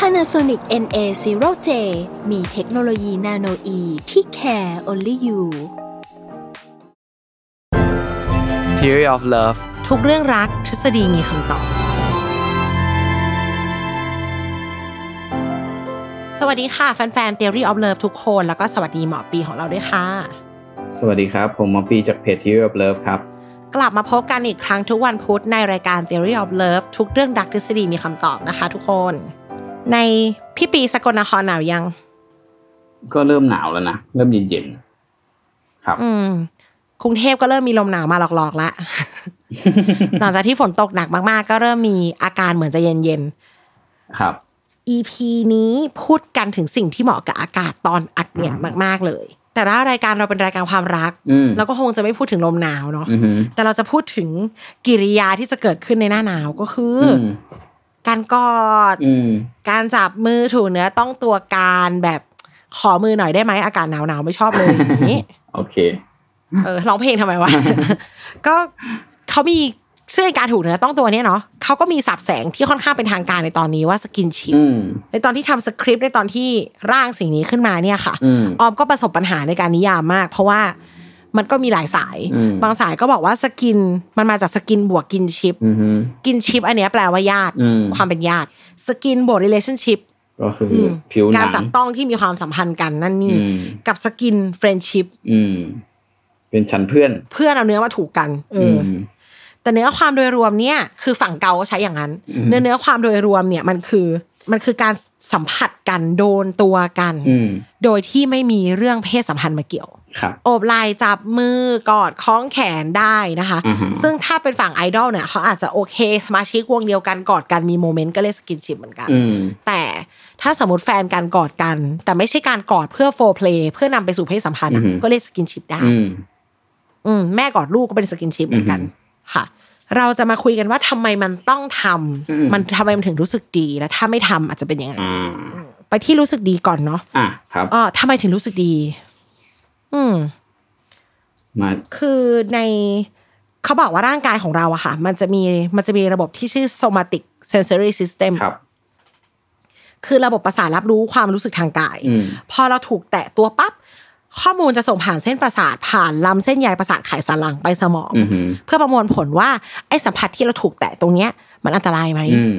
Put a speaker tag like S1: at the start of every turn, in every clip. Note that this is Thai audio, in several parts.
S1: Panasonic NA0J มีเทคโนโลยีนาโนอีที่ care only you
S2: Theory of Love
S3: ทุกเรื่องรักทฤษฎีมีคำตอบ สวัสดีค่ะแฟนๆ Theory of Love ทุกคน แล้วก็สวัสดีหมอปีของเราด้วยค่ะ
S4: สวัสดีครับ ผมหมอปีจากเพจ Theory of Love ครับ
S3: กลับมาพบกันอีกครั้งทุกวันพุธในรายการ Theory of Love ทุกเรื่องรักทฤษฎีมีคำตอบนะคะทุกคน ในพี่ปีสกลนครหนาวยัง
S4: ก็เริ่มหนาวแล้วนะ เริ่มเย็นๆ ครับ
S3: อืมกรุงเทพก็เริ่มมีลมหนาวมาหลอกๆละ หลังจากที่ฝนตกหนักมากๆ ก็เริ่มมีอาการเหมือนจะเย็นๆ
S4: ครับ
S3: EP นี้พูดกันถึงสิ่งที่เหมาะกับอากาศตอนอัดเนี่ยมากๆเลย แต่ละรายการเราเป็นรายการความรัก
S4: อืม
S3: เราก็คงจะไม่พูดถึงลมหนาวเนาะ
S4: อือหือ
S3: แต่เราจะพูดถึงกิริยาที่จะเกิดขึ้นในหน้าหนาวก็คือ
S4: อื
S3: อ
S4: ม
S3: การกอด
S4: อืม
S3: การจับมือถูเนื้อต้องตัวการแบบขอมือหน่อยได้ไหมอากาศหนาวหนาวๆไม่ชอบเลยอย่าง นี้
S4: โอเค
S3: เออร้องเพลงทำไมวะ ก็เขามีเชื่อการถูเนื้อต้องตัวเนี่ยเนาะเขาก็มีสับแสงที่ค่อนข้างเป็นทางการในตอนนี้ว่าสกินชิป
S4: อืม
S3: ในตอนที่ทำสคริปต์ในตอนที่ร่างสิ่งนี้ขึ้นมาเนี่ยค่ะ
S4: อืม
S3: ออมก็ประสบปัญหาในการนิยามมาก เพราะว่ามันก็มีหลายสาย
S4: อืม
S3: บางสายก็บอกว่าสกินมันมาจากสกินบวกกินชิป
S4: อือหือ
S3: กินชิปอันเนี้ยแปลว่าญาติ
S4: อืม
S3: ความเป็นญาติ สกินบวก relationship
S4: ก็คือ
S3: อื
S4: อ
S3: ม
S4: ผิวหนั
S3: การ
S4: ง
S3: จับต้องที่มีความสัมพันธ์กันนั่น
S4: อื
S3: นี่
S4: ม
S3: กับสกิน friendship
S4: อืม เป็นชั้นเพื่อน
S3: เพื่อนเอาเนื้อมาถูกกันเอออ
S4: ม
S3: แต่เนื้อความโดยรวมเนี่ยคือฝั่งเกาก็ใช้อย่างนั้น
S4: อืม
S3: เนื้อเนื้อความโดยรวมเนี่ยมันคือมันคือการสัมผัสกันโดนตัวกัน
S4: อืม
S3: โดยที่ไม่มีเรื่องเพศสัมพันธ์มาเกี่ยว
S4: ครับ
S3: โอบไหล่จับมือกอดคล้องแขนได้นะคะ
S4: อือฮึ
S3: ซึ่งถ้าเป็นฝั่งไอดอลเนี่ยเขาอาจจะโอเคสมาชิกวงเดียวกันกอดกันมีโมเมนต์ก็เลยกสกินชิปเหมือนกัน
S4: อืม
S3: แต่ถ้าสมมติแฟนกันกอดกัน แต่ไม่ใช่การกอดเพื่อโฟร์เพลย์เพื่อนำไปสู่เพศสัมพันธ์อะ
S4: อือฮึ
S3: ก็เรียกสกินชิปได้
S4: อืม
S3: อืมแม่กอดลูกก็เป็นสกินชิปเหมือนกัน
S4: อือหื
S3: ค่ะ เราจะมาคุยกันว่าทำไมมันต้องทำ
S4: อืม
S3: มันทำไมมันถึงรู้สึกดีและถ้าไม่ทำอาจจะเป็นยังไง
S4: อ่า
S3: ไปที่รู้สึกดีก่อนเนาะ
S4: อ่ะครับ
S3: เออทำไมถึงรู้สึกดี อืม
S4: มา
S3: คือในเขาบอกว่าร่างกายของเราอะค่ะ มันจะมีมันจะมีระบบที่ชื่อ somatic sensory system
S4: ครับ
S3: คือระบบประสาทรับรู้ความรู้สึกทางกาย
S4: อืม
S3: พอเราถูกแตะตัวปั๊บ ข้อมูลจะส่งผ่านเส้นประสาทผ่านลำเส้นใยประสาทไขสันหลังไปสมอง
S4: อือหือ
S3: เพื่อประมวลผลว่าไอ้สัมผัสที่เราถูกแตะตรงเนี้ย มันอันตรายไหม
S4: อืม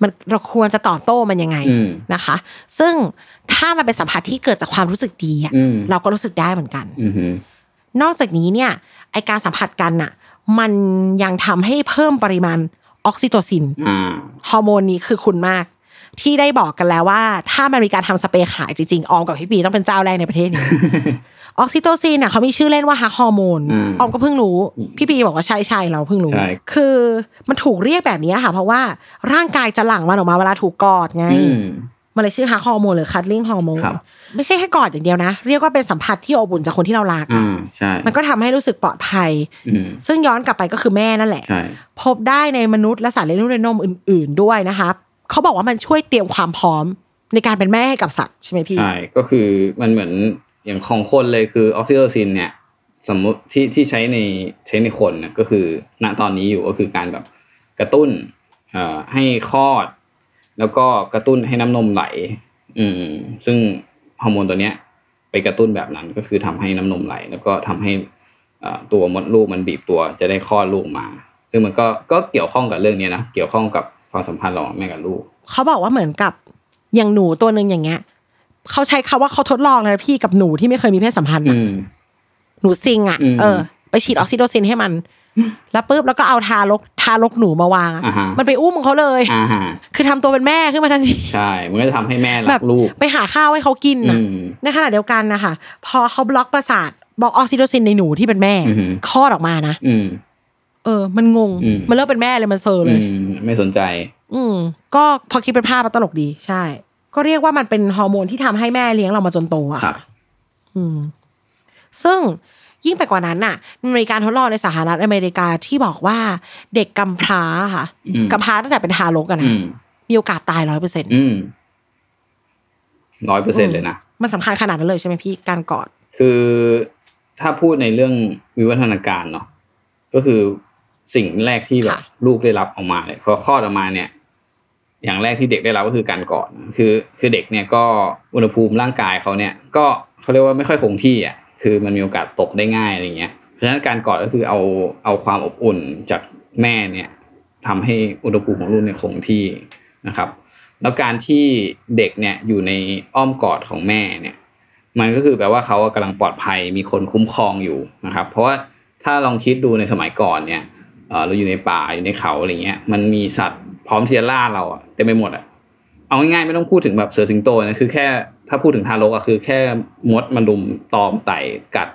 S3: มันเราควรจะตอบโต้มันยังไง
S4: อืม
S3: นะคะ ซึ่งถ้ามันเป็นสัมผัสที่เกิดจากความรู้สึกดีอะ
S4: อืม
S3: เราก็รู้สึกได้เหมือนกัน
S4: อือหือน
S3: อกจากนี้เนี่ยไอการสัมผัสกันน่ะ มันยังทำให้เพิ่มปริมาณออกซิโตซิน
S4: อ่า
S3: ฮอร์โมนนี้คือคุณมาก ที่ได้บอกกันแล้วว่า ถ้ามันมีการทำสเปรย์ขายจริงๆออมกับพี่ปีต้องเป็นเจ้าแรกในประเท ศนี้ ออกซิโตซินน่ะเขามีชื่อเล่นว่าฮักฮอร์โมน
S4: อืม
S3: ออมก็เพิ่งรู้
S4: อืม
S3: พี่ปีบอกว่าใช่ใช่เราเพิ่งรู้
S4: ใช่
S3: คือมันถูกเรียกแบบนี้ค่ะ เพราะว่าร่างกายจะหลั่งมันออกมาเวลาถูกกอดไง
S4: อืม
S3: มันเลยชื่อฮักฮอร์โมนหรือคัตลิงฮอร์โมน
S4: ครับ
S3: ไม่ใช่แค่กอดอย่างเดียวนะ เรียกว่าเป็นสัมผัสที่อบอุ่นจากคนที่เรารัก
S4: อ่า
S3: อะ
S4: ใช่
S3: มันก็ทำให้รู้สึกปลอดภัย
S4: อืม
S3: ซึ่งย้อนกลับไปก็คือแม่นั่นแหละ
S4: ใช่
S3: พบได้ในมนุษย์และสัตว์เลี้ยงลูกด้วยนมอื่น ๆ ด้วยนะคะเขาบอกว่ามันช่วยเตรียมความพร้อมในการเป็นแม่ให้กับสัตว์ใช่ไหมพี่
S4: ใช่ก็คือมันเหมือนอย่างของคนเลยคือออกซิโตซินเนี่ย สมมติที่ที่ใช้ในใช้ในคนนะก็คือ ณตอนนี้อยู่ก็คือการแบบกระตุ้นเอ่อให้คลอด แล้วก็กระตุ้นให้น้ำนมไหล อืม ซึ่งฮอร์โมนตัวเนี้ย ไปกระตุ้นแบบนั้นก็คือทำให้น้ำนมไหล แล้วก็ทำให้เอ่อตัวมดลูกมันบีบตัวจะได้คลอดลูกมา ซึ่งมันก็ก็เกี่ยวข้องกับเรื่องเนี้ยนะเกี่ยวข้องกับความสัมพันธ์ระหว่างแม่กับลูก
S3: เขาบอกว่าเหมือนกับอย่างหนูตัวหนึ่งอย่างเงี้ยเขาใช้คำว่าเขาทดลองเลยนะพี่กับหนูที่ไม่เคยมีเพศสัมพันธ์
S4: อื
S3: อะ
S4: ม
S3: หนูซิงอ่ะ
S4: อืม
S3: เออ ไปฉีดออกซิโตซินให้มัน แล้วปุ๊บแล้วก็เอาทารกทารกหนูมาวางอะ
S4: อ่าฮะ
S3: มันไปอุ้มเขาเลย
S4: อ่าฮะ
S3: คือทำตัวเป็นแม่ขึ้นมาทันที
S4: ใช่ มันก็จะทำให้แม่
S3: แบ
S4: รับ กลูก
S3: ไปหาข้าวให้เขากิน
S4: อื
S3: น่ะ
S4: ม
S3: ในขณะเดียวกันนะคะพอเขาบล็อกประสาทบล็อกออกซิโตซินในหนูที่เป็นแม่
S4: อือหือ
S3: คลอดออกมานะ
S4: อืม
S3: เออ มันงง
S4: อืม
S3: มันเลิกเป็นแม่เลยมันเซอร์เล
S4: อื
S3: ย
S4: ม ไม่สนใจ
S3: อืมก็พอคิดเป็นภาพมันตลกดีใช่ ก็เรียกว่ามันเป็นฮอร์โมนที่ทำให้แม่เลี้ยงเรามาจนโตอะ
S4: ครับ
S3: อืม ซึ่งยิ่งไปกว่านั้นน่ะมันมีการทดลองในสหรัฐอเมริกาที่บอกว่าเด็กกำพร้าค่ะ
S4: อืม
S3: กำพร้าตั้งแต่เป็นทารกกัน
S4: อืม
S3: มีโอกาสตายร้อยเปอร์เซ็นต์
S4: อืมร้อยเปอร์เซ็นเลยนะ
S3: มันสำคัญขนาดนั้นเลยใช่ไหมพี่การกอด
S4: คือถ้าพูดในเรื่องวิวัฒนาการเนาะก็คือสิ่งแรกที่แบบ
S3: ค่ะ
S4: ลูกได้รับออกมาเลยพอคลอดออกมาเนี่ย อย่างแรกที่เด็กได้รับก็คือการกอดคือ คือเด็กเนี่ยก็อุณหภูมิร่างกายเขาเนี่ย ก็เขาเรียกว่าไม่ค่อยคงที่อ่ะคือมันมีโอกาสตกได้ง่ายอะไรเงี้ยเพราะฉะนั้นการกอดก็คือเอาเอาความอบอุ่นจากแม่เนี่ยทำให้อุณหภูมิของลูกเนี่ยคงที่นะครับ แล้วการที่เด็กเนี่ยอยู่ในอ้อมกอดของแม่เนี่ย มันก็คือแปลว่าเขากำลังปลอดภัยมีคนคุ้มครองอยู่นะครับ เพราะว่าถ้าลองคิดดูในสมัยก่อนเนี่ยเอ่อเราอยู่ในป่าอยู่ในเขาอะไรเงี้ย มันมีสัตว์พร้อมที่จะล่าเราอะเต็มไปหมดอะเอาง่ายๆไม่ต้องพูดถึงแบบเสือสิงโตนะคือแค่ถ้าพูดถึงทารกอะคือแค่มดมันดุมตอมไต่กัด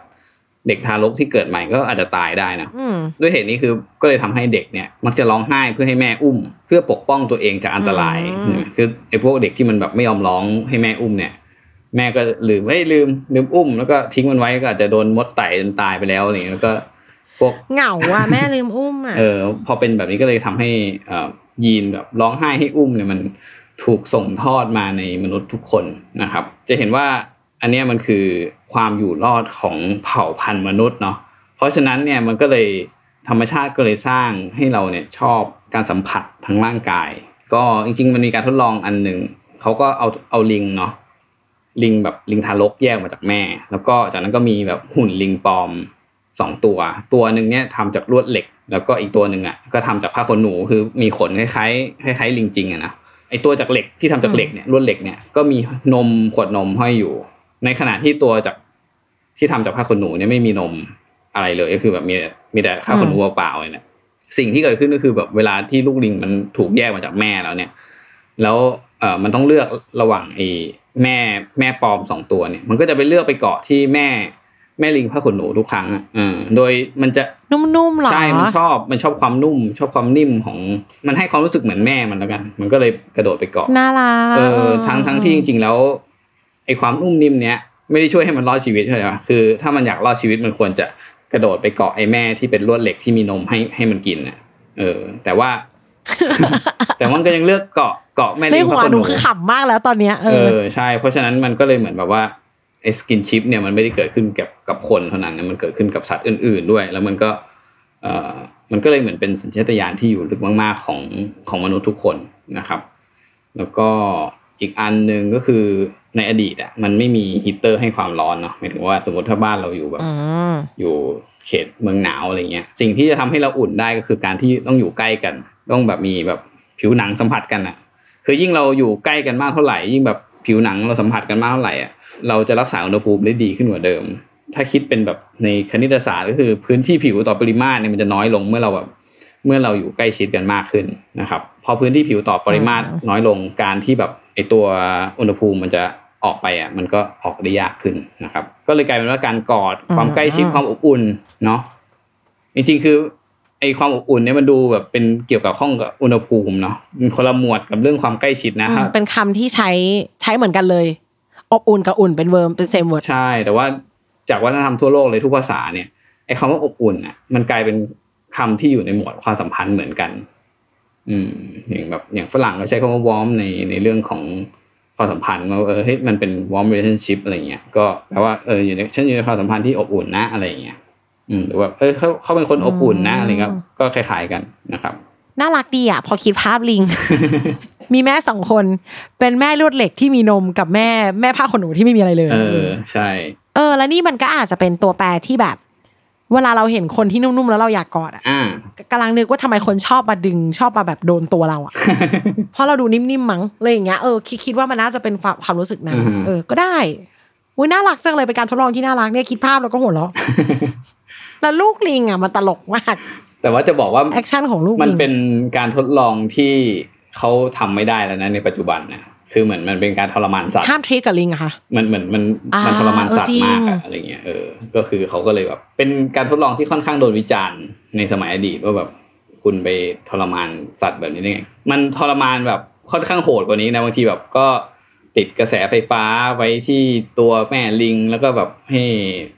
S4: เด็กทารกที่เกิดใหม่ก็อาจจะตายได้นะ
S3: อืม
S4: ด้วยเหตุนี้คือก็เลยทำให้เด็กเนี่ย มักจะร้องไห้เพื่อให้แม่อุ้ม เพื่อปกป้องตัวเองจากอันตราย
S3: อืม
S4: คือไอ้พวกเด็กที่มันแบบไม่ยอมร้องให้แม่อุ้มเนี่ย แม่ก็ลืมเอ้ยลืมลืมอุ้มแล้วก็ทิ้งมันไว้ก็อาจจะโดนมดไต่จนตายไปแล้วอะไรอย่างเงี้ยแล้วก็พวก
S3: เหงาอ่ะ แม่ลืมอุ้มอ่ะ
S4: เออพอเป็นแบบนี้ก็เลยทำให้เอ่อยีนแบบร้องไห้ให้อุ้มเนี่ยมันถูกส่งทอดมาในมนุษย์ทุกคนนะครับ จะเห็นว่าอันเนี้ยมันคือความอยู่รอดของเผ่าพันธุ์มนุษย์เนาะเพราะฉะนั้นเนี่ยมันก็เลยธรรมชาติก็เลยสร้างให้เราเนี่ยชอบการสัมผัสทางร่างกาย ก็จริงๆมันมีการทดลองอันหนึ่งเขาก็เอาเอาลิงเนาะลิงแบบลิงทารกแยกมาจากแม่ แล้วก็จากนั้นก็มีแบบหุ่นลิงปลอม สองตัว ตัวหนึ่งเนี่ยทำจากลวดเหล็ก แล้วก็อีกตัวหนึ่งอ่ะก็ทำจากผ้าขนหนูคือมีขนคล้ายๆคล้ายๆลิงจริงอะนะไอตัวจากเหล็กที่ทำจากเหล็กเนี่ยลวดเหล็กเนี่ยก็มีนมขวดนมห้อยอยู่ ในขณะที่ตัวจากที่ทำจากผ้าขนหนูเนี่ยไม่มีนมอะไรเลยก็คือแบบมีแต่มีแต่ผ้าขนหนูเปล่าๆเลยเนี่ยสิ่งที่เกิดขึ้นก็คือแบบเวลาที่ลูกลิงมันถูกแยกมาจากแม่แล้วเนี่ย แล้วเออมันต้องเลือกระหว่างไอ้แม่แม่ปลอมสองตัวเนี่ย มันก็จะไปเลือกไปเกาะที่แม่ แม่ลิงผ้าขนหนูทุกครั้งอ่ะเออโดยมันจะ
S3: นุ่มๆหรอ
S4: ใช่ มันชอบ มันชอบความนุ่ม ชอบความนิ่มของ มันให้ความรู้สึกเหมือนแม่มันแล้วกัน มันก็เลยกระโดดไปเกาะ
S3: น่ารัก
S4: เออ ทั้งทั้งที่จริง ๆ แล้วไอ้ความนุ่มนิ่มเนี้ยไม่ได้ช่วยให้มันรอดชีวิตใช่ไหมคือ ถ้ามันอยากรอดชีวิตมันควรจะกระโดดไปเกาะไอ้แม่ที่เป็นลวดเหล็กที่มีนมให้ให้มันกินน่ะ เออ แต่ว่า แต่มันก็ยังเลือกเกาะเกาะแม่
S3: ใน
S4: ลิง
S3: หั
S4: ผ้าว ขน
S3: ห
S4: ห
S3: นู
S4: นู
S3: คือขำมากแล้วตอนเนี้ย เอ
S4: เอ
S3: อ
S4: อใช่ เพราะฉะนั้นมันก็เลยเหมือนแบบว่าไอ้สกินชิปเนี่ยมันไม่ได้เกิดขึ้นกับกับคนเท่านั้นนะมันเกิดขึ้นกับสัตว์อื่น ๆด้วย แล้วมันก็เอ่อมันก็เลยเหมือนเป็นสัญชาตญาณที่อยู่ลึกมากๆของของมนุษย์ทุกคนนะครับ แล้วก็อีกอันหนึ่งก็คือในอดีตอ่ะมันไม่มีฮีตเตอร์ให้ความร้อนเนาะหมายถึงว่าสมมติถ้าบ้านเราอยู่แบบ
S3: อืม
S4: อยู่เขตเมืองหนาวอะไรเงี้ย สิ่งที่จะทำให้เราอุ่นได้ก็คือการที่ต้องอยู่ใกล้กัน ต้องแบบมีแบบผิวหนังสัมผัสกันอะคือยิ่งเราอยู่ใกล้กันมากเท่าไหร่ ยิ่งแบบผิวหนังเราสัมผัสกันมากเท่าไหร่อะเราจะรักษาอุณหภูมิได้ดีขึ้นกว่าเดิม ถ้าคิดเป็นแบบในคณิตศาสตร์ก็คือพื้นที่ผิวต่อปริมาตรเนี่ยมันจะน้อยลงเมื่อเราแบบเมื่อเราอยู่ใกล้ชิดกันมากขึ้นนะครับ พอพื้นที่ผิวต่อปริมาตรน้อยลงการที่แบบไอตัวอุณหภูมิมันจะออกไปอ่ะมันก็ออกได้ยากขึ้นนะครับ ก็เลยกลายเป็นว่าการกอดความใกล้ชิด
S3: อืม
S4: ความอบอุ่นเนาะจริงๆคือไอความอบอุ่นเนี่ยมันดูแบบเป็นเกี่ยวกับข้องกับอุณหภูมิเนาะมันคนละหมวดกับเรื่องความใกล้ชิดนะค
S3: อื
S4: รั
S3: ม
S4: บ
S3: เป็นคำที่ใช้ใช้เหมือนกันเลย อบอุ่นกับอุ่นเป็นเวิร์มเป็นเซมเวิร์ด
S4: ใช่ แต่ว่าจากวัฒนธรรมทั่วโลกเลยทุกภาษาเนี่ยไอ้คำว่าอบอุ่นอ่ะ มันกลายเป็นคำที่อยู่ในหมวดความสัมพันธ์เหมือนกัน อืม อย่างแบบอย่างฝรั่งก็ใช้คำว่าวอมในในเรื่องของความสัมพันธ์ว่าเออเฮ้ยมันเป็นวอม relationship อะไรเงี้ยก็แปลว่าเอออยู่ในฉันอยู่ในความสัมพันธ์ที่อบอุ่นนะอะไรเงี้ยอืมหรือว่าเออเขาเขาเป็นคนอบอุ่นนะอะไรเงี้ย
S3: อืม
S4: ก็คล้าย ๆกันนะครับ
S3: น่ารักดีอ่ะ พอคิดภาพ ลิง มีแม่สองคน เป็นแม่ลวดเหล็กที่มีนมกับแม่แม่ผ้าขนหนูที่ไม่มีอะไรเลย
S4: เออใช่
S3: เออ แล้วนี่มันก็อาจจะเป็นตัวแปรที่แบบ เวลาเราเห็นคนที่นุ่มๆแล้วเราอยากกอดอ่ะ
S4: อ่า
S3: กำลังนึกว่าทำไมคนชอบมาดึงชอบมาแบบโดนตัวเรา อ่ะ เพราะเราดูนิ่มๆมั้งเลยอย่างเงี้ยเออคิดคิดว่ามันน่าจะเป็นความความรู้สึกนั้น
S4: อือฮึ
S3: เออก็ได้อุ้ยน่ารักจังเลยเป็นการทดลองที่น่ารักเนี่ยคิดภาพแล้วก็หัวเราะ แล้วลูกลิงอ่ะมันตลกมาก
S4: แต่ว่าจะบอกว่า
S3: แอคชั่นของลูก
S4: มัน
S3: ลิง
S4: เป็นการทดลองที่เขาทำไม่ได้แล้วนะในปัจจุบันนะคือเหมือนมันเป็นการทรมานสัตว์
S3: ห้ามทรีตกับลิงอะค่ะ
S4: มันเหมือนมัน
S3: อ่ามั
S4: มันทรมานสัต
S3: เออจริ
S4: ว์
S3: ง
S4: มากอะอะไรเงี้ยเออ ก็คือเขาก็เลยแบบเป็นการทดลองที่ค่อนข้างโดนวิจารณ์ในสมัยอดีตว่าแบบคุณไปทรมานสัตว์แบบนี้ได้ไงมันทรมานแบบค่อนข้างโหดกว่านี้นะบางทีแบบก็ ติดกระแสไฟฟ้าไว้ที่ตัวแม่ลิง แล้วก็แบบให้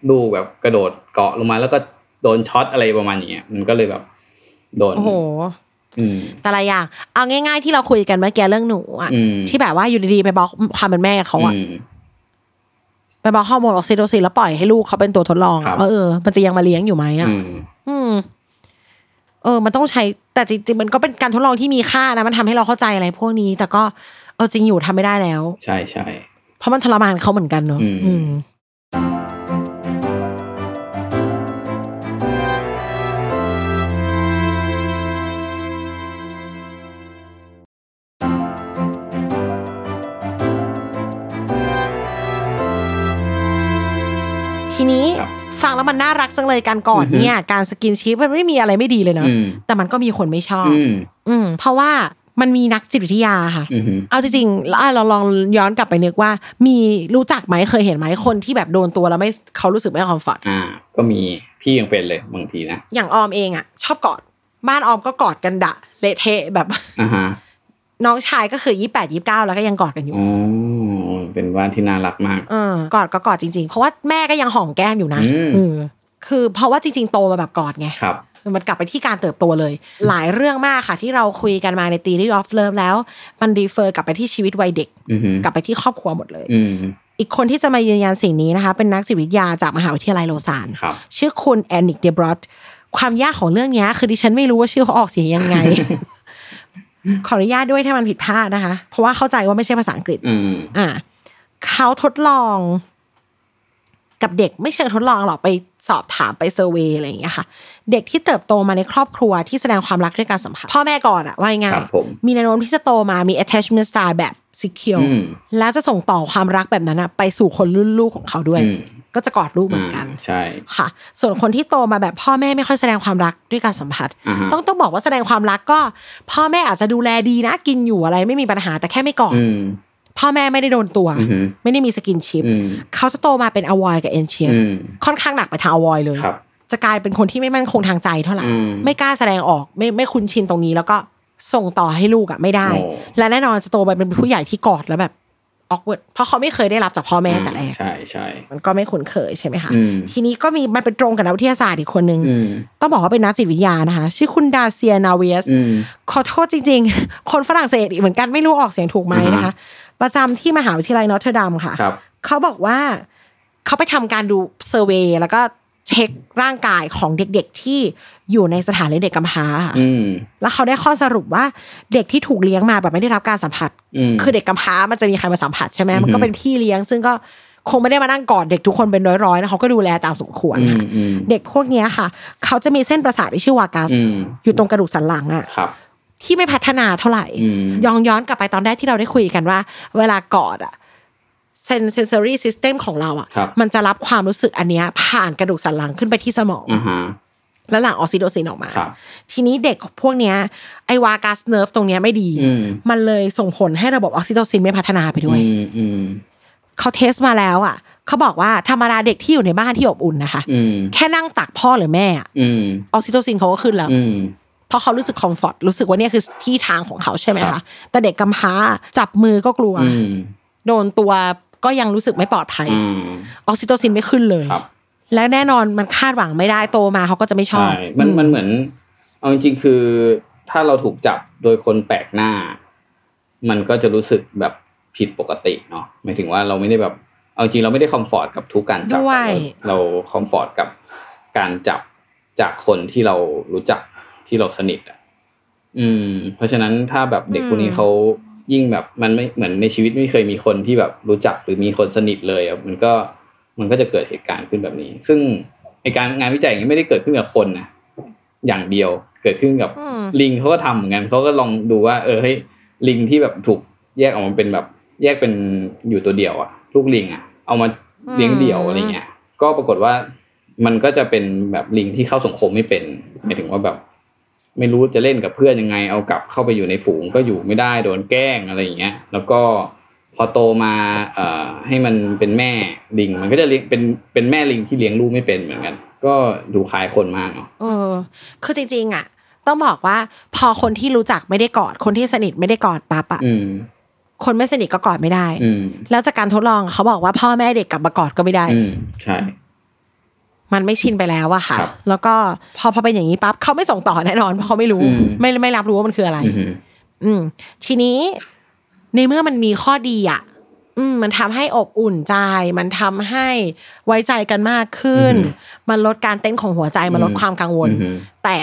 S4: ลูกแบบกระโดดเกาะลงมา แล้วก็โดนช็อตอะไรประมาณอย่างเงี้ยมันก็เลยแบบ โดน
S3: โอ้โห
S4: อืม
S3: แต่ละอย่างเอาง่าย ๆ ที่เราคุยกันเมื่อกี้เรื่องหนูอะ
S4: อืม
S3: ที่แบบว่าอยู่ดีๆไปบล็อกความเป็นแม่เขาอะ
S4: อืม
S3: ไปบล็อกฮอร์โมนออกซิโตซินแล้วปล่อยให้ลูกเขาเป็นตัวทดลอง
S4: ครั
S3: อะ
S4: บ
S3: ว่าเออมันจะยังมาเลี้ยงอยู่ไหมอะ
S4: อืม
S3: อืม เออ มันต้องใช้แต่จริงๆมันก็เป็นการทดลองที่มีค่านะมันทำให้เราเข้าใจอะไรพวกนี้ แต่ก็เออจริงอยู่ทำไม่ได้แล้ว
S4: ใช่ใช่
S3: เพราะมันทรมานเขาเหมือนกันเนอะ
S4: อืม
S3: อืม ทีนี้
S4: ครับ
S3: ฟังแล้วมันน่ารักจังเลยการกอดเนี่ย การสกินชิปมันไม่มีอะไรไม่ดีเลยนะ
S4: อืม
S3: แต่มันก็มีคนไม่ชอบ
S4: อืม
S3: อืม เพราะว่ามันมีนักจิตวิทยาค่ะ
S4: อืม
S3: เอาจริงๆแล้วเราลองย้อนกลับไปนึกว่า มีรู้จักไหมเคยเห็นไหมคนที่แบบโดนตัวแล้วไม่เขารู้สึกไม่คอมฟอร์ต
S4: อ่า ก็มีพี่ยังเป็นเลยบางทีนะ
S3: อย่างออมเองอ่ะ ชอบกอด บ้านออมก็กอดกันดะเละเทะแบบ
S4: อ่าฮะ
S3: น้องชายก็คือยี่แปดยี่เก้าแล้วก็ยังกอดกันอยู่
S4: อ๋อเป็นบ้านที่น่ารักมาก
S3: เออกอดก็กอดจริงๆ เพราะว่าแม่ก็ยังหอมแก้มอยู่นะ
S4: อืม
S3: เออคือเพราะว่าจริง ๆ โตมาแบบกอดไง
S4: ครับ
S3: มันกลับไปที่การเติบโตเลย หลายเรื่องมากค่ะที่เราคุยกันมาในตีรีออฟเลิฟแล้ว มันรีเฟอร์กลับไปที่ชีวิตวัยเด็ก
S4: อืม
S3: กลับไปที่ครอบครัวหมดเลย
S4: อืม
S3: อีกคนที่จะมายืนยันสิ่งนี้นะคะ เป็นนักจิตวิทยาจากมหาวิทยาลัยโลซาน
S4: ครับ
S3: ชื่อคุณแอนนิกเดบรอตความยากของเรื่องเนี้ยคือดิฉันไม่รู้ว่าชื่อเขาออกเสียงยัง ไง ขออนุญาตด้วยถ้ามันผิดพลาดนะคะ เพราะว่าเข้าใจว่าไม่ใช่ภาษาอังกฤษ
S4: อืม
S3: อ่าเขาทดลองกับเด็กไม่เชิงทดลองหรอกไปสอบถามไปเซอร์เวย์อะไรอย่างเงี้ยค่ะ เด็กที่เติบโตมาในครอบครัวที่แสดงความรักด้วยการสัมผัสพ่อแม่ก่อนอะว่าง่าย
S4: ครับผม
S3: มีแนวโน้มที่จะโตมามี attachment style แบบ secure
S4: อืม
S3: แล้วจะส่งต่อความรักแบบนั้นอะไปสู่คนรุ่นลูกของเขาด้วย
S4: อืม
S3: ก็จะกอดลูกเหมือนกัน
S4: อ่าใช่
S3: ค่ะ ส่วนคนที่โตมาแบบพ่อแม่ไม่ค่อยแสดงความรักด้วยการสัมผัส
S4: อ่าฮะ
S3: ต้องต้องบอกว่าแสดงความรักก็ พ่อแม่อาจจะดูแลดีนะกินอยู่อะไรไม่มีปัญหาแต่แค่ไม่กอด
S4: อืม
S3: พ่อแม่ไม่ได้โดนตัว
S4: อืม
S3: ไม่ได้มีสกินชิป
S4: อืม
S3: เขาจะโตมาเป็นอวอยกับเอนเชียส
S4: อืม
S3: ค่อนข้างหนักไปทางอวอยเลย
S4: ครับ
S3: จะกลายเป็นคนที่ไม่มั่นคงทางใจเท่าไหร่
S4: อืม
S3: ไม่กล้าแสดงออกไม่ไม่คุ้นชินตรงนี้ แล้วก็ส่งต่อให้ลูกอ่ะไม่ได้
S4: โอ้
S3: และแน่นอนจะโตไปเป็นผู้ใหญ่ที่กอดแล้วแบบออกเวิร์ดเพราะเขาไม่เคยได้รับจากพ่อแม่แต่แรก
S4: ใช่ใช่
S3: มันก็ไม่คุ้นเคยใช่ไหมคะ
S4: อืม
S3: ทีนี้ก็มีมันเป็นตรงกับนักวิทยาศาสตร์อีกคนนึง
S4: อืม
S3: ต้องบอกว่าเป็นนักจิตวิทยานะคะ ชื่อคุณดาเซียนาเวส
S4: อืม
S3: ขอโทษจริง ๆ คนฝรั่งเศสอีกเหมือนกันไม่รู้ออกเสียงถูกไหม
S4: อ่าฮะ
S3: นะคะ ประจำที่มหาวิทยาลัยนอตเทอร์ดัมค่ะ
S4: ครับ
S3: เขาบอกว่าเขาไปทำการดูเซอร์เวยแล้วก็เช็คร่างกายของเด็กๆที่อยู่ในสถานเลี้ยงเด็กกำพร้าค่ะ
S4: อืม
S3: แล้วเขาได้ข้อสรุปว่าเด็กที่ถูกเลี้ยงมาแบบไม่ได้รับการสัมผัส
S4: อืม
S3: คือเด็กกำพร้ามันจะมีใครมาสัมผัสใช่ไหม
S4: อือฮึ
S3: มันก็เป็นพี่เลี้ยง ซึ่งก็คงไม่ได้มานั่งกอดเด็กทุกคนเป็นร้อยๆนะเขาก็ดูแลตามสมควร
S4: อืม
S3: ค่ะ
S4: อืม
S3: เด็กพวกเนี้ยค่ะ เขาจะมีเส้นประสาทที่ชื่อวากาส
S4: อืม
S3: อยู่ตรงกระดูกสันหลังอะ
S4: ครับ
S3: ที่ไม่พัฒนาเท่าไหร่
S4: อืม
S3: ย้อนย้อนกลับไปตอนแรกที่เราได้คุยกันว่า เวลากอดอะเซนเซนเซอรี่ซิสเต็มของเราอะ
S4: ครับ
S3: มันจะรับความรู้สึกอันเนี้ยผ่านกระดูกสันหลังขึ้นไปที่สมอง
S4: อ่าฮะ
S3: แล้วหลั่งออกซิโดซินออกมา
S4: ครับ
S3: ทีนี้เด็กพวกเนี้ยไอวากาสเนิร์ฟตรงเนี้ยไม่ดี
S4: อืม
S3: มันเลยส่งผลให้ระบบออกซิโดซินไม่พัฒนาไปด้วย
S4: อืมอืม
S3: เขาเทสมาแล้วอะเขาบอกว่าธรรมดาเด็กที่อยู่ในบ้านที่อบอุ่นนะคะ
S4: อืม
S3: แค่นั่งตักพ่อหรือแม่อะ
S4: อืม
S3: ออกซิโดซินเขาก็ขึ้นแล้ว
S4: อืม
S3: เพราะเขารู้สึกคอมฟอร์ตรู้สึกว่าเนี่ยคือที่ทางของเขาใช่ไหม
S4: ครั
S3: คะ
S4: บ
S3: แต่เด็กกำพร้าจับมือก็กลัว
S4: อืม
S3: โดนตัวก็ยังรู้สึกไม่ปลอดภัย
S4: อืม
S3: ออกซิโตซินไม่ขึ้นเลย
S4: ครับ
S3: และแน่นอนมันคาดหวังไม่ได้โตมาเขาก็จะไม่ชอบ
S4: ใช่ มันมันเหมือน เอาจริงๆ คือถ้าเราถูกจับโดยคนแปลกหน้า มันก็จะรู้สึกแบบผิดปกติเนาะ หมายถึงว่าเราไม่ได้แบบ เอาจริงเราไม่ได้คอมฟอร์ตกับทุกการจับ
S3: ด้วย
S4: เราเราคอมฟอร์ตกับการจับจากคนที่เรารู้จักที่เราสนิทอ่ะ อืม เพราะฉะนั้นถ้าแบบเด็กพวกนี้เขายิ่งแบบมันไม่เหมือนในชีวิตไม่เคยมีคนที่แบบรู้จักหรือมีคนสนิทเลยอะมันก็มันก็จะเกิดเหตุการณ์ขึ้นแบบนี้ ซึ่งไอการงานวิจัยอย่างนี้ไม่ได้เกิดขึ้นกับคนนะอย่างเดียวเกิดขึ้นกับ
S3: อืม
S4: ลิงเขาก็ทำเหมือนกันเขาก็ลองดูว่า เออเฮ้ยลิงที่แบบถูกแยกออกมาเป็นแบบ แยกเป็นอยู่ตัวเดียวอะลูกลิงอะเอามาเลี้ยงเดี่ยวอะไรเงี้ยก็ปรากฏว่า มันก็จะเป็นแบบลิงที่เข้าสังคมไม่เป็นหมายถึงว่าแบบ ไม่รู้จะเล่นกับเพื่อนยังไง เอากลับเข้าไปอยู่ในฝูงก็อยู่ไม่ได้โดนแกล้งอะไรอย่างเงี้ย แล้วก็พอโตมาเอ่อให้มันเป็นแม่ลิง มันก็จะเลี้ยงเป็นเป็นแม่ลิงที่เลี้ยงลูกไม่เป็นเหมือนกัน ก็ดูคล้ายคนมากเนาะ
S3: เออ คือจริง ๆ อ่ะ ต้องบอกว่าพอคนที่รู้จักไม่ได้กอด คนที่สนิทไม่ได้กอดปั๊บอ่ะ
S4: อืม
S3: คนไม่สนิทก็กอดไม่ได้
S4: อืม
S3: แล้วจากการทดลองเขาบอกว่าพ่อแม่เด็กกลับมากอดก็ไม่ได้
S4: อืมใช่
S3: มันไม่ชินไปแล้วอะค่ะ
S4: ครับ
S3: แล้วก็พอพอเป็นอย่างนี้ปั๊บเขาไม่ส่งต่อแน่นอนเพราะเขาไม่รู้
S4: อืม
S3: ไม่ไม่รับรู้ว่ามันคืออะไร
S4: อือหือ
S3: อืม ทีนี้ในเมื่อมันมีข้อดีอะอืม มันทำให้อบอุ่นใจ มันทำให้ไว้ใจกันมากขึ้น
S4: อือหื
S3: มันลดการเต้นของหัวใจ มันลด
S4: อืม
S3: ความกังวล
S4: อือหือ
S3: แต่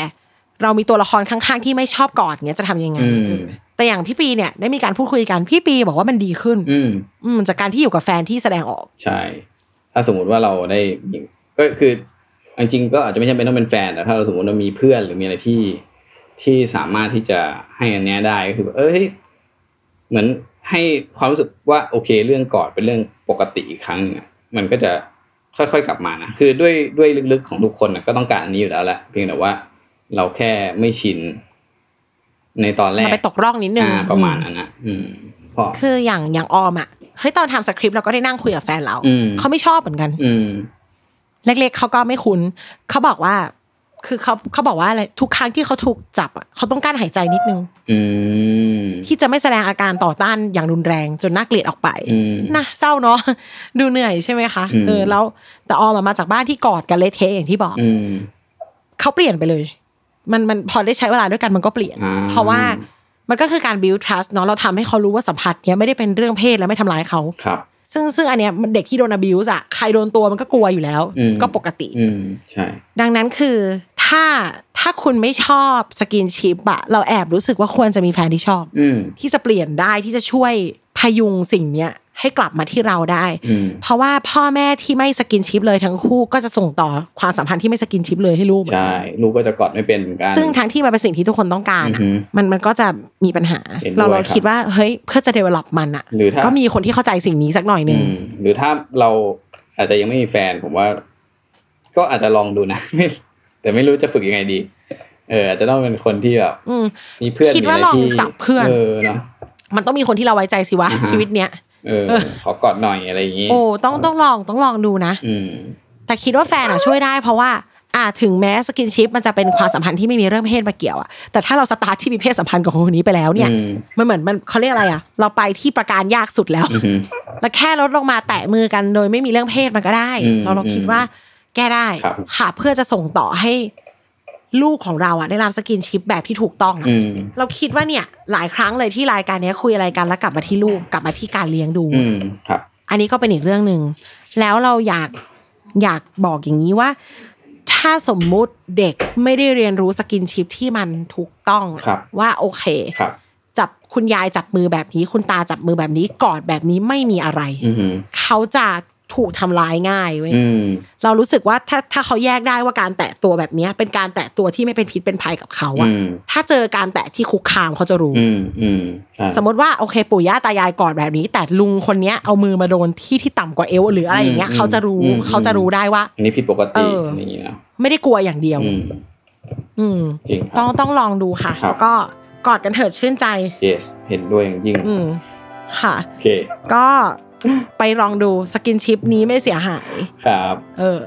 S3: เรามีตัวละครข้างๆ ที่ไม่ชอบกอดเงี้ยจะทำยังไง
S4: อืม
S3: เออแต่อย่างพี่ปีเนี่ยได้มีการพูดคุยกันพี่ปีบอกว่ามันดีขึ้น
S4: อืม
S3: อืม จากการที่อยู่กับแฟนที่แสดงออก
S4: ใช่ ถ้าสมมุติว่าเราได้มีก็คือจริงๆก็อาจจะไม่ใช่เป็นต้องเป็นแฟนแต่ถ้าเราสมมติเรามีเพื่อนหรือมีอะไรที่ที่สามารถที่จะให้อันเนี้ยได้ก็คือแบบเอ้ยเหมือนให้ความรู้สึกว่าโอเค เรื่องกอดเป็นเรื่องปกติอีกครั้งหนึงอะมันก็จะค่อยๆกลับมานะคือด้วยด้วยลึกๆของทุกคนนะก็ต้องการอันนี้อยู่แล้วแหละเพียงแต่ว่าเราแค่ไม่ชินในตอนแรก
S3: มันไปตกร่องนิดนึง
S4: าประมาณนั้นนะอืมพอ
S3: คืออย่างอย่างออมอ่ะเฮ้ยตอนทำสคริปต์เราก็ได้นั่งคุยกับแฟนเรา
S4: อืม
S3: เขาไม่ชอบเหมือนกัน
S4: อืม
S3: เล็กๆเขาก็ไม่คุ้นเขาบอกว่า คือเขาเขาบอกว่าอะไรทุกครั้งที่เขาถูกจับอะเขาต้องการหายใจนิดนึง
S4: อืม
S3: ที่จะไม่แสดงอาการต่อต้านอย่างรุนแรงจนน่าเกลียดออกไป
S4: อืม
S3: นะเศร้าเนาะ ดูเหนื่อยใช่ไหมคะ
S4: อืม
S3: เออแล้วแต่ออมอะมาจากบ้านที่กอดกันเละเทะอย่างที่บอก
S4: อืม
S3: เขาเปลี่ยนไปเลย มันมันพอได้ใช้เวลาด้วยกันมันก็เปลี่ยน
S4: อ่า
S3: เพราะว่ามันก็คือการ build trust เนาะเราทำให้เขารู้ว่าสัมผัสเนี้ยไม่ได้เป็นเรื่องเพศและไม่ทำร้ายเขา
S4: ครับ
S3: ซึ่งซึ่งอันเนี้ยมันเด็กที่โดน abuse อะใครโดนตัวมันก็กลัวอยู่แล้ว
S4: อืม
S3: ก็ปกติ
S4: อืม ใช่
S3: ดังนั้นคือถ้าถ้าคุณไม่ชอบสกินชิปอะเราแอบรู้สึกว่าควรจะมีแฟนที่ชอบ
S4: อืม
S3: ที่จะเปลี่ยนได้ที่จะช่วยพยุงสิ่งเนี้ยให้กลับมาที่เราได้
S4: อืม
S3: เพราะว่าพ่อแม่ที่ไม่สกินชิปเลยทั้งคู่ก็จะส่งต่อความสัมพันธ์ที่ไม่สกินชิปเลยให้ลูกเหมือน
S4: ใช่
S3: กัน
S4: ลูกก็จะกอดไม่เป็นเหมือนกัน
S3: ซึ่งทั้งที่มันเป็นสิ่งที่ทุกคนต้องการ
S4: อือ
S3: อะ
S4: หือ
S3: มันมันก็จะมีปัญหา
S4: เห็นด้วย
S3: เราเรา
S4: ครับ
S3: คิดว่าเฮ้ยเพื่อจะ develop มันอะ
S4: หรือถ้า
S3: ก็มีคนที่เข้าใจสิ่งนี้สักหน่อยห
S4: อื
S3: นึ่ง
S4: มหรือถ้าเราอาจจะยังไม่มีแฟน ผมว่า ก็อาจจะลองดูนะ ไม่แต่ไม่รู้จะฝึกยังไงดี เอออาจจะต้องเป็นคนที่แบบ
S3: อืม
S4: มีเพื่อน
S3: คิดว่า
S4: มีะไรที่
S3: ลองจับเพื่อน
S4: เออเนาะ
S3: มันต้องมีคนที่เราไว้ใจสิวะ
S4: อ่าฮะ
S3: ชีวิตเนี้ย
S4: เออ ขอกอดหน่อยอะไรอย่างงี้
S3: โอ้ต้องต้องลองต้องลองดูนะ
S4: อืม
S3: แต่คิดว่าแฟนอะช่วยได้เพราะว่าอ่าถึงแม้สกินชิปมันจะเป็นความสัมพันธ์ที่ไม่มีเรื่องเพศมาเกี่ยวอะแต่ถ้าเราสตาร์ทที่มีเพศสัมพันธ์กับคนคนนี้ไปแล้วเนี่ย
S4: อืม
S3: มันเหมือนมันเขาเรียกอะไรอะเราไปที่ประการยากสุดแล้ว
S4: อือหือ
S3: แล้วแค่ลดลงมาแตะมือกันโดยไม่มีเรื่องเพศมันก็ได้
S4: อืม
S3: เราเราคิดว่าแก้ได้
S4: ครับ
S3: ค่ะเพื่อจะส่งต่อให้ลูกของเราอะได้รับสกินชิปแบบที่ถูกต้องอะ
S4: อืม
S3: เราคิดว่าเนี่ยหลายครั้งเลยที่รายการเนี้ยคุยอะไรกันแล้วกลับมาที่ลูกกลับมาที่การเลี้ยงดู
S4: อืม ครับ
S3: อันนี้ก็เป็นอีกเรื่องหนึ่ง แล้วเราอยากอยากบอกอย่างนี้ว่า ถ้าสมมุติเด็กไม่ได้เรียนรู้สกินชิปที่มันถูกต้องอะ
S4: ครับ
S3: ว่าโอเค
S4: ครับ
S3: จับคุณยายจับมือแบบนี้ คุณตาจับมือแบบนี้กอดแบบนี้ไม่มีอะไร
S4: อือหือ
S3: เขาจะถูกทำร้ายง่ายเว้ย
S4: อืม
S3: เรารู้สึกว่าถ้าถ้าเขาแยกได้ว่าการแตะตัวแบบเนี้ย เป็นการแตะตัวที่ไม่เป็นพิษเป็นภัยกับเขาอะ
S4: อืม
S3: ถ้าเจอการแตะที่คุกคามเขาจะรู้
S4: อืม อืมใช่
S3: สมมติว่าโอเคปู่ย่าตายายกอดแบบนี้ แต่ลุงคนเนี้ยเอามือมาโดนที่ที่ต่ำกว่าเอวหรืออะไรอย่างเงี้ย
S4: อืม
S3: เขาจะรู้
S4: อืม
S3: เขาจะรู้ได้ว่า
S4: อันนี้ผิดปก
S3: เอ
S4: ติ
S3: ออ
S4: อะไรอย่างงี้นะ
S3: ไม่ได้กลัวอย่างเดียว
S4: อืม
S3: อืม
S4: จริงค
S3: ต้
S4: รั
S3: อบ งต้องลองดูค่ะ
S4: ครับ
S3: แล้วก็กอดกันเถิดชื่นใจ
S4: yes เห็นด้วยอย่างยิ่ง
S3: อืมค่ะ
S4: โอเค
S3: ก็ไปลองดูสกินชิปนี้ไม่เสียหาย
S4: ครับ
S3: เออ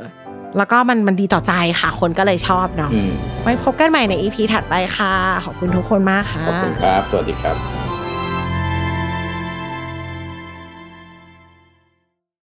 S3: แล้วก็มันมันดีต่อใจค่ะ คนก็เลยชอบเนาะ
S4: อืม
S3: ไว้พบกันใหม่ในอีพีถัดไปค่ะ ขอบคุณทุกคนมากค่ะ
S4: ขอบคุณครับ สวัสดีครับ